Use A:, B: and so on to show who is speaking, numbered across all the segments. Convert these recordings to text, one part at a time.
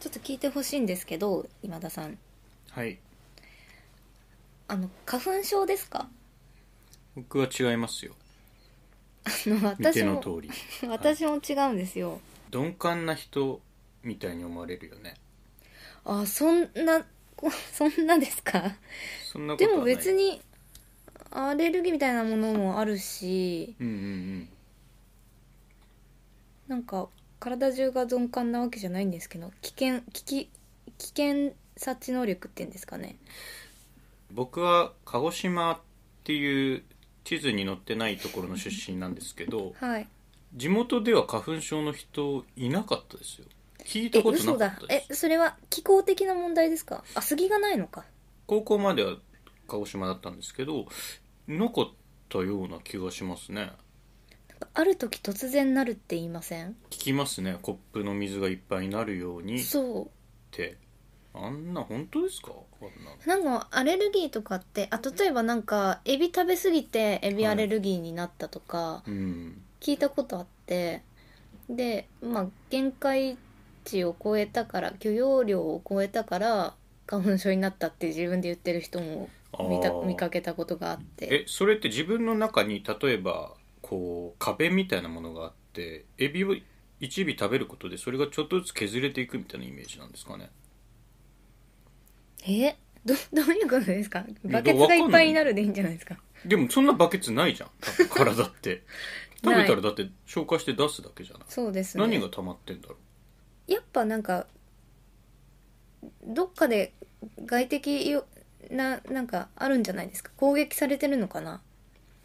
A: ちょっと聞いてほしいんですけど今田さん
B: はい
A: あの花粉症ですか
B: 僕は違いますよ
A: あの
B: 見
A: 私
B: ての
A: も
B: 通り
A: 私も違うんですよ、
B: 鈍感な人みたいに思われるよね
A: あそんな こそんなですか
B: そんなこと
A: で
B: は
A: も
B: ない
A: 別にアレルギーみたいなものもあるし
B: うんうん
A: なんか体中が鈍感なわけじゃないんですけど危険危機危険察知能力っていうんですかね
B: うん僕は鹿児島っていう地図に載ってないところの出身なんですけど
A: はい
B: 地元では花粉症の人いなかったですよ聞い
A: え
B: たこと
A: 嘘
B: な
A: だ
B: かったで
A: え
B: す
A: それは気候的な問題ですかあ杉がないのか
B: 高校までは鹿児島だったんですけどなかったような気がします
A: な
B: ね
A: んかある時突然なるって言いません
B: 聞きますねコップの水がいっぱいになるようにっ
A: そ
B: てあんな本当ですかあんなの
A: うなんかアレルギーとかってあ例えばなんかエビ食べ過ぎてエビアレルギーになったとか、
B: うん
A: 聞いたことあってでまあ限界値を超えたから許容量を超えたから花粉症になったって自分で言ってる人も
B: あー
A: 見た見かけたことがあって
B: えそれって自分の中に例えばこう壁みたいなものがあってエビを一尾食べることでそれがちょっとずつ削れていくみたいなイメージなんですかね
A: えど どういうことですか
B: や
A: バケツがいっぱいになるでいいんじゃないですか
B: でもそんなバケツないじゃん多分体って 食
A: な
B: べ
A: い
B: たらだって消化して出すだけじゃない
A: そうですね
B: 何が溜まってんだろ
A: やっぱなんかどっかで外的よななんかあるんじゃないですか攻撃されてるのかな
B: う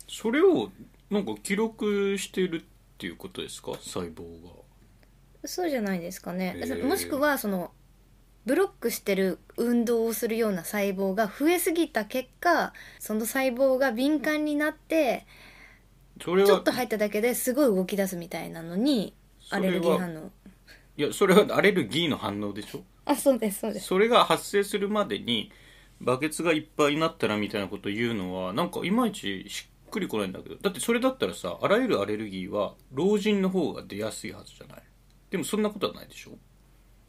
B: それをなんか記録してるっていうことですか細胞が
A: そうじゃないですかね、
B: へー
A: もしくはそのブロックしてる運動をするような細胞が増えすぎた結果その細胞が敏感になって
B: それ
A: ちょっ
B: は
A: と入っただけですごい動き出すみたいなのに
B: そ
A: ア
B: れは
A: レルギー反応
B: いやそれはアレルギーの反応でしょ
A: あそうですそうです
B: それが発生するまでにバケツがいっぱいになったらみたいなこと言うのはなんかいまいちしっくりこないんだけどだってそれだったらさあらゆるアレルギーは老人の方が出やすいはずじゃないでもそんなことはないでしょ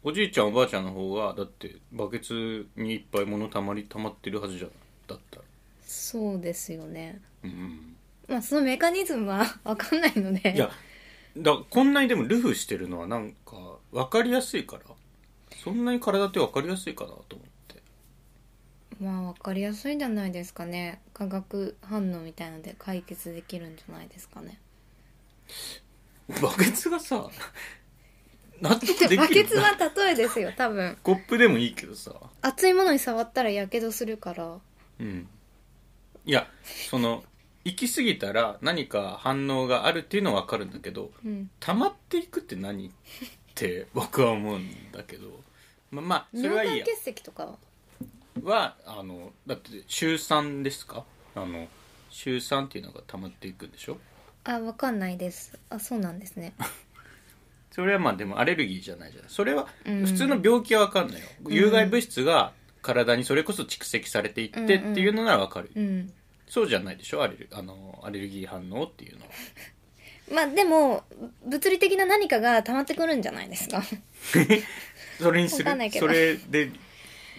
B: おじいちゃんおばあちゃんの方がだってバケツにいっぱい物たまりたまってるはずじゃないだったら
A: そうですよね
B: うんうん
A: まあそのメカニズムは わかんないので
B: いやだこんなにでもルフしてるのはなんか分かりやすいからそんなに体って分かりやすいかなと思って
A: まあわかりやすいんじゃないですかね化学反応みたいので解決できるんじゃないですかね
B: バケツ がさ納得できる
A: バケツは例えですよ多分
B: コップでもいいけどさ
A: 熱いものに触ったらやけどするから
B: うんいやその行き過ぎたら何か反応があるっていうのは分かるんだけど
A: うん
B: 溜まっていくって何って僕は思うんだけどままあそれはいい
A: 尿
B: や
A: 管結石とかは
B: はあのだって週3ですかあの週3っていうのが溜まっていくんでしょ
A: あわかんないですあそうなんです ね
B: それはまあでもアレルギーじゃないじゃないそれは
A: うん
B: 普通の病気は分かんないよ、
A: ん
B: 有害物質が体にそれこそ蓄積されていってっていうのなら分かる、
A: うん
B: そうじゃないでしょアレルあのアレルギー反応っていうのは
A: まあでも物理的な何かが溜まってくるんじゃないですか
B: それにす
A: わかんない
B: る
A: けど
B: それで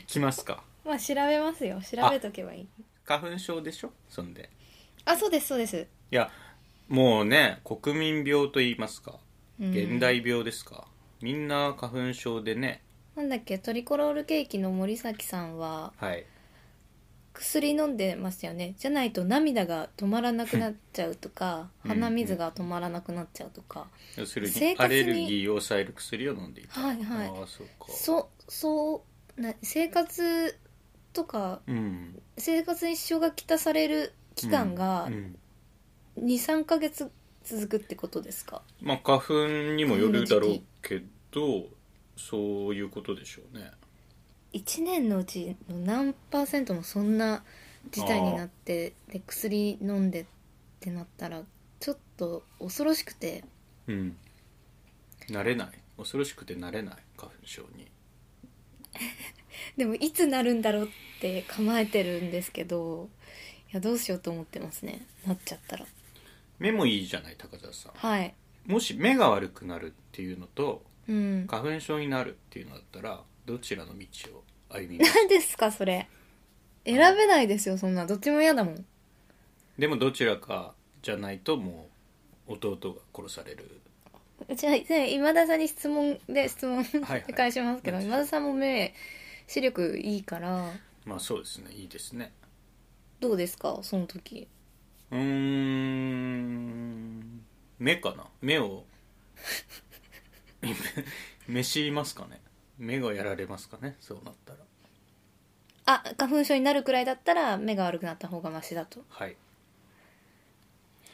B: きますか
A: まあ調べますよ調べとけばいい
B: 花粉症でしょそんで
A: あそうですそうです、
B: いやもうね国民病と言いますか
A: うん
B: 現代病ですか、みんな花粉症でね
A: なんだっけトリコロールケーキの森崎さんは
B: はい
A: 薬飲んでましたよねじゃないと涙が止まらなくなっちゃうとか
B: うん
A: 鼻水が止まらなくなっちゃうとか
B: 要する
A: 生
B: にア
A: 活に
B: レルギーを抑える薬を飲んでいた
A: はいはい
B: ああそうか
A: そそうな生活とか
B: うん
A: 生活に支障がきたされる期間が
B: うんうん
A: 23ヶ月続くってことですか
B: まあ花粉にもよるだろうけどそういうことでしょうね
A: 1年のうちの何パーセントもそんな事態になってで薬飲んでってなったらちょっと恐ろしくて
B: うん慣れない恐ろしくて慣れない花粉症に
A: でもいつなるんだろうって構えてるんですけどいやどうしようと思ってますねなっちゃったら
B: 目もいいじゃない高田さん
A: はい
B: もし目が悪くなるっていうのと
A: うん
B: 花粉症になるっていうのだったらどちらの道を歩み ます
A: 何ですかそれ選べないですよそんなどっちも嫌だもん
B: でもどちらかじゃないともう弟が殺される
A: じゃあ今田さんに質問で質問
B: はいはい
A: 返しますけど、
B: 何でしょう
A: 今田さんも目視力いいから
B: まあそうですねいいですね
A: どうですかその時
B: うーん目かな目を 目飯いますかね目がやられますかねそうなったら
A: あ花粉症になるくらいだったら目が悪くなった方がマシだと
B: はい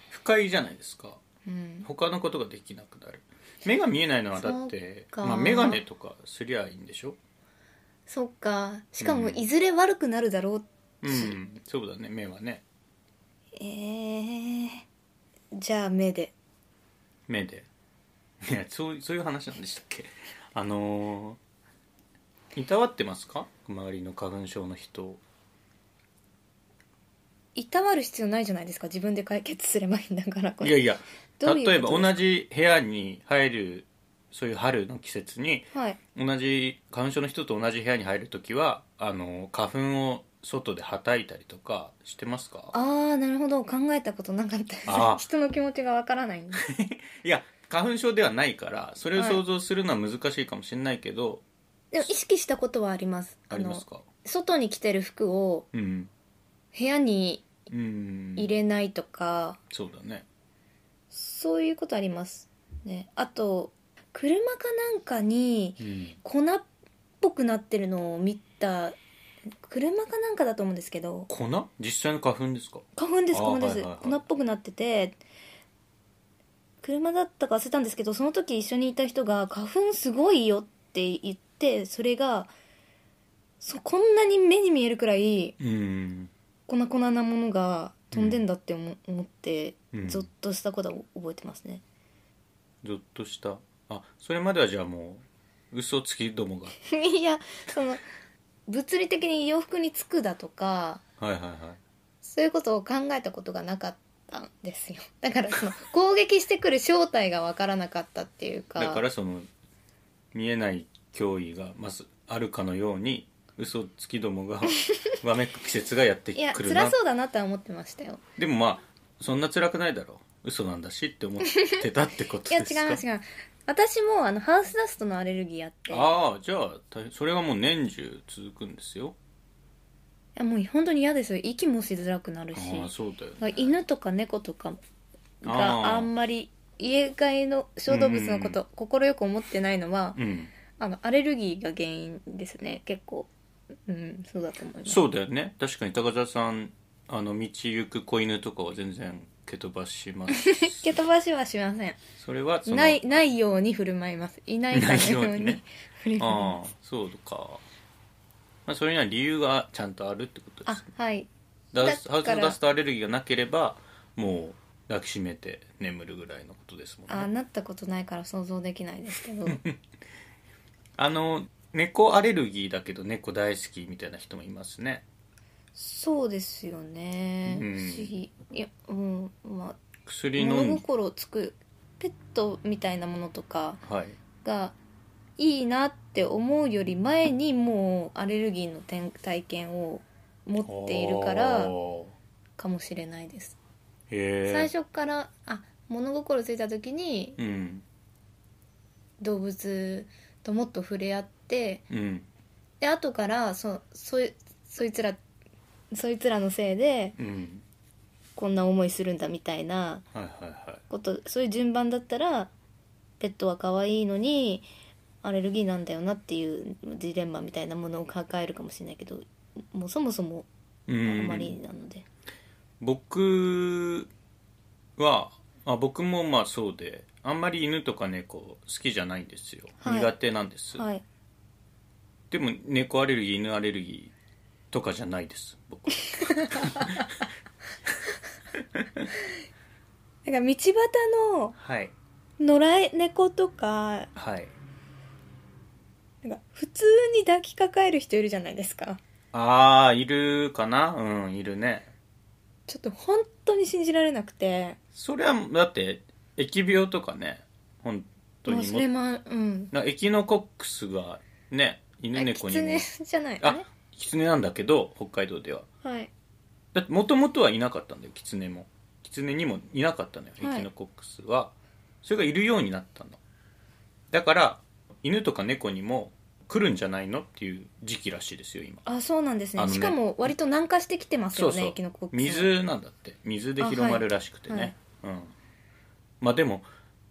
B: 不快じゃないですか
A: うん
B: 他のことができなくなる目が見えないのはだって
A: そっか
B: まあ、眼鏡とかすりゃいいんでしょ
A: そっかしかも
B: うん
A: いずれ悪くなるだろう、
B: うんそうだね目はね
A: ええじゃあ目で
B: 目でいやそうそういう話なんでしたっけあのーいたわってますか周りの花粉症の人を
A: いたわる必要ないじゃないですか自分で解決すればいいんだからこ
B: い
A: れ
B: やいや
A: どういうこと
B: 例えば同じ部屋に入るそういう春の季節に
A: はい
B: 同じ花粉症の人と同じ部屋に入るときはあの花粉を外ではたいたりとかしてますか
A: ああなるほど考えたことなかったです
B: あ ー
A: 人の気持ちがわから ないんです
B: いや花粉症ではないからそれを
A: はい
B: 想像するのは難しいかもしれないけど、
A: でも意識したことはあります
B: ありますか
A: の外に着てる服を
B: うん
A: 部屋に
B: うん
A: 入れないとか、
B: そうだね
A: そういうことありますねあと車かなんかに
B: うん
A: 粉っぽくなってるのを見た車かなんかだと思うんですけど
B: 粉実際の花粉ですか
A: 花粉です
B: あー
A: 花粉です、
B: はいはいはい
A: 粉っぽくなってて車だったか忘れたんですけどその時一緒にいた人が「花粉すごいよ」って言ってそれがそこんなに目に見えるくらい
B: うん
A: 粉々なものが飛んでんだって思,、思って
B: うん
A: ゾッとしたことは覚えてますね、
B: ゾッとしたあそれまではじゃあもう嘘つきどもが
A: いやその物理的に洋服につくだとか
B: はいはいはい
A: そういうことを考えたことがなかったんですよだからその攻撃してくる正体が分からなかったっていうか
B: だからその見えない脅威がまずあるかのように嘘つきど もがわめく季節がやって
A: いや
B: くるな
A: 辛そうだなとは思ってましたよ
B: でもまあそんな辛くないだろう嘘なんだしって思ってたってこと
A: いや
B: ですか
A: 違います違います私もあのハウスダストのアレルギーあってい
B: ああじゃあ大それがもう年中続くんですよ
A: やもう本当に嫌ですよ息もしづらくなるし
B: ああそうだよね
A: だから犬とか猫とか
B: あー
A: があんまり家外の小動物のこ
B: う
A: と快く思ってないのは、
B: うん
A: あのアレルギーが原因ですね結構うんそうだと思います
B: そうだよね確かに高田さんあの道行く子犬とかは全然蹴飛ばします
A: 蹴飛ばしはしません
B: それはその
A: ないないように振る舞いますいないかのよう
B: ないようにね
A: に 振る舞い
B: あ
A: ま
B: あ
A: す
B: そうか、まあ、それには理由がちゃんとあるってことで
A: あ
B: す
A: はい
B: ダウス
A: だ
B: ハウス
A: から
B: ダストアレルギーがなければもう抱きしめて眠るぐらいのことですもん
A: あ
B: ね
A: なったことないから想像できないですけど
B: あの猫アレルギーだけど猫大好きみたいな人もいますね
A: そうですよね、
B: うん
A: 不思議いやうんまあ
B: 薬飲
A: 物
B: んで
A: 心つくペットみたいなものとか
B: はい
A: がいいなって思うより前にもうアレルギーの点体験を持っているから
B: おー
A: かもしれないです、
B: へえ
A: 最初からあ物心ついた時に
B: うん
A: 動物ともっと触れ合って
B: うん
A: で後からそそいそいつらそいつらのせいで
B: うん
A: こんな思いするんだみたいな
B: はいはいはい
A: ことそういう順番だったらペットは可愛いのにアレルギーなんだよなっていうジレンマみたいなものを抱えるかもしれないけどもうそもそも
B: う
A: あ
B: ん
A: まりなので、
B: 僕はあ僕もまあそうであんまり犬とか猫好きじゃないんですよ、
A: はい
B: 苦手なんです、
A: はい
B: でも猫アレルギー犬アレルギーとかじゃないです僕 は
A: だから道端の
B: はい
A: 野良猫とか
B: はい
A: なんか普通に抱きかかえる人いるじゃないですか
B: ああいるかなうんいるね
A: ちょっと本当に信じられなくて
B: それはだって疫病とかねほんト
A: もう
B: に
A: そ
B: も
A: れもうん
B: なエキノコックスがね犬猫にも
A: あ狐じゃないあ
B: あキツネなんだけど北海道では
A: れはい
B: だってもともとはいなかったんだよキツネもキツネにもいなかったのよ、
A: はい
B: エキノコックスはそれがいるようになったのだから犬とか猫にも来るんじゃないのっていう時期らしいですよ今
A: あそうなんですね
B: あのね
A: しかも割と南下してきてますよね
B: そうそう
A: キノコックス
B: 水なんだって水で広まるらしくてね、うんまあでも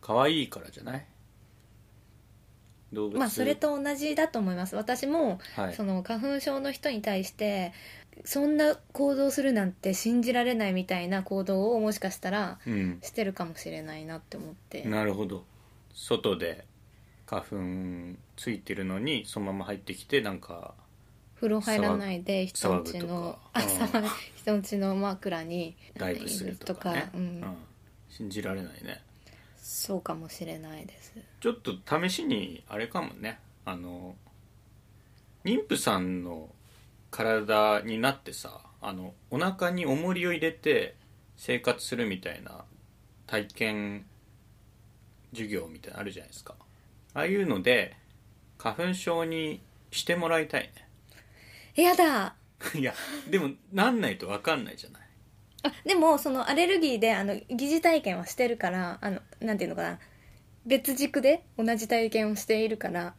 B: 可愛いからじゃない動物
A: まあそれと同じだと思います私も、
B: はい
A: その花粉症の人に対してそんな行動するなんて信じられないみたいな行動をもしかしたら
B: うん
A: してるかもしれないなって思って
B: なるほど外で花粉ついてるのにそのまま入ってきてなんか
A: 風呂入らないで人んち
B: 騒ぐと
A: の
B: か
A: あ
B: うん
A: 騒ぐ人んちの枕に
B: ダイブするとか,、ね
A: いうん
B: うん信じられないね
A: そうかもしれないです
B: ちょっと試しにあれかもねあの妊婦さんの体になってさあのお腹に重りを入れて生活するみたいな体験授業みたいなのあるじゃないですかああいうので花粉症にしてもらいたい
A: えやだ
B: ね いやでもなんないと分かんないじゃない
A: あでもそのアレルギーであの疑似体験はしてるからあのなんていうのかな別軸で同じ体験をしているから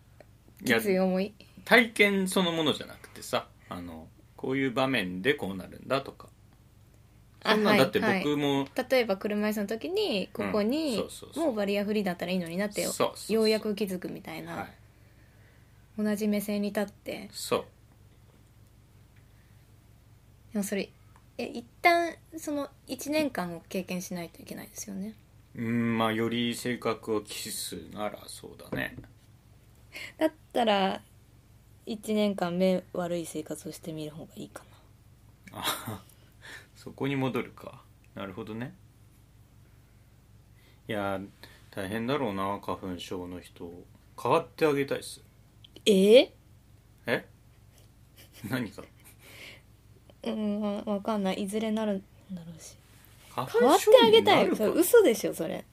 B: いや
A: きつい思い
B: 体験そのものじゃなくてさあのこういう場面でこうなるんだとか
A: あ
B: そんなんだって
A: はいはい
B: 僕も
A: 例えば車椅子の時にここ
B: うん
A: に
B: そうそうそう
A: もうバリアフリーだったらいいのになってよ
B: そうそうそう
A: ようやく気づくみたいな、
B: はい
A: 同じ目線に立って
B: そう
A: でもそれえ一旦その1年間を経験しないといけないですよね
B: うんまあより性格を期すならそうだね
A: だったら1年間目悪い生活をしてみる方がいいか
B: あそこに戻るかなるほどねいや大変だろうな花粉症の人変わってあげたいっす
A: なえ
B: え何か
A: うんわわかんないいずれなるんだろうし
B: 花
A: 変わってあげたいそ
B: 粉
A: れ
B: 症になるか
A: 嘘でしょそれ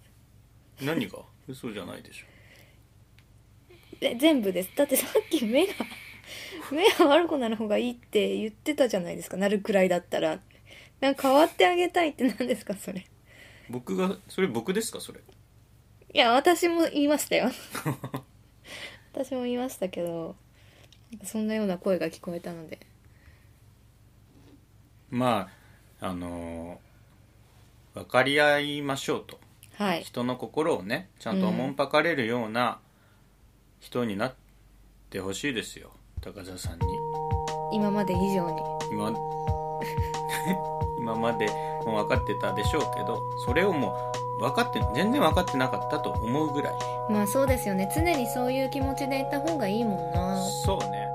B: 何が嘘じゃないでしょ
A: え全部ですだってさっき目が目が悪くなる方がいいって言ってたじゃないですかなるくらいだったらなんか変わってあげたいって何ですかそれ
B: 僕がそれ僕ですかそれ
A: いや私も言いましたよ私も言いましたけどなんかそんなような声が聞こえたので
B: まああのー分かり合いましょうと
A: はい
B: 人の心をねちゃんとおもんぱかれるような人になってほしいですよ高澤さんに
A: 今まで以上に
B: 今 今までも分かってたでしょうけどそれをもう分かって全然分かってなかったと思うぐらい
A: まあそうですよね常にそういう気持ちでいた方がいいもんな
B: そうね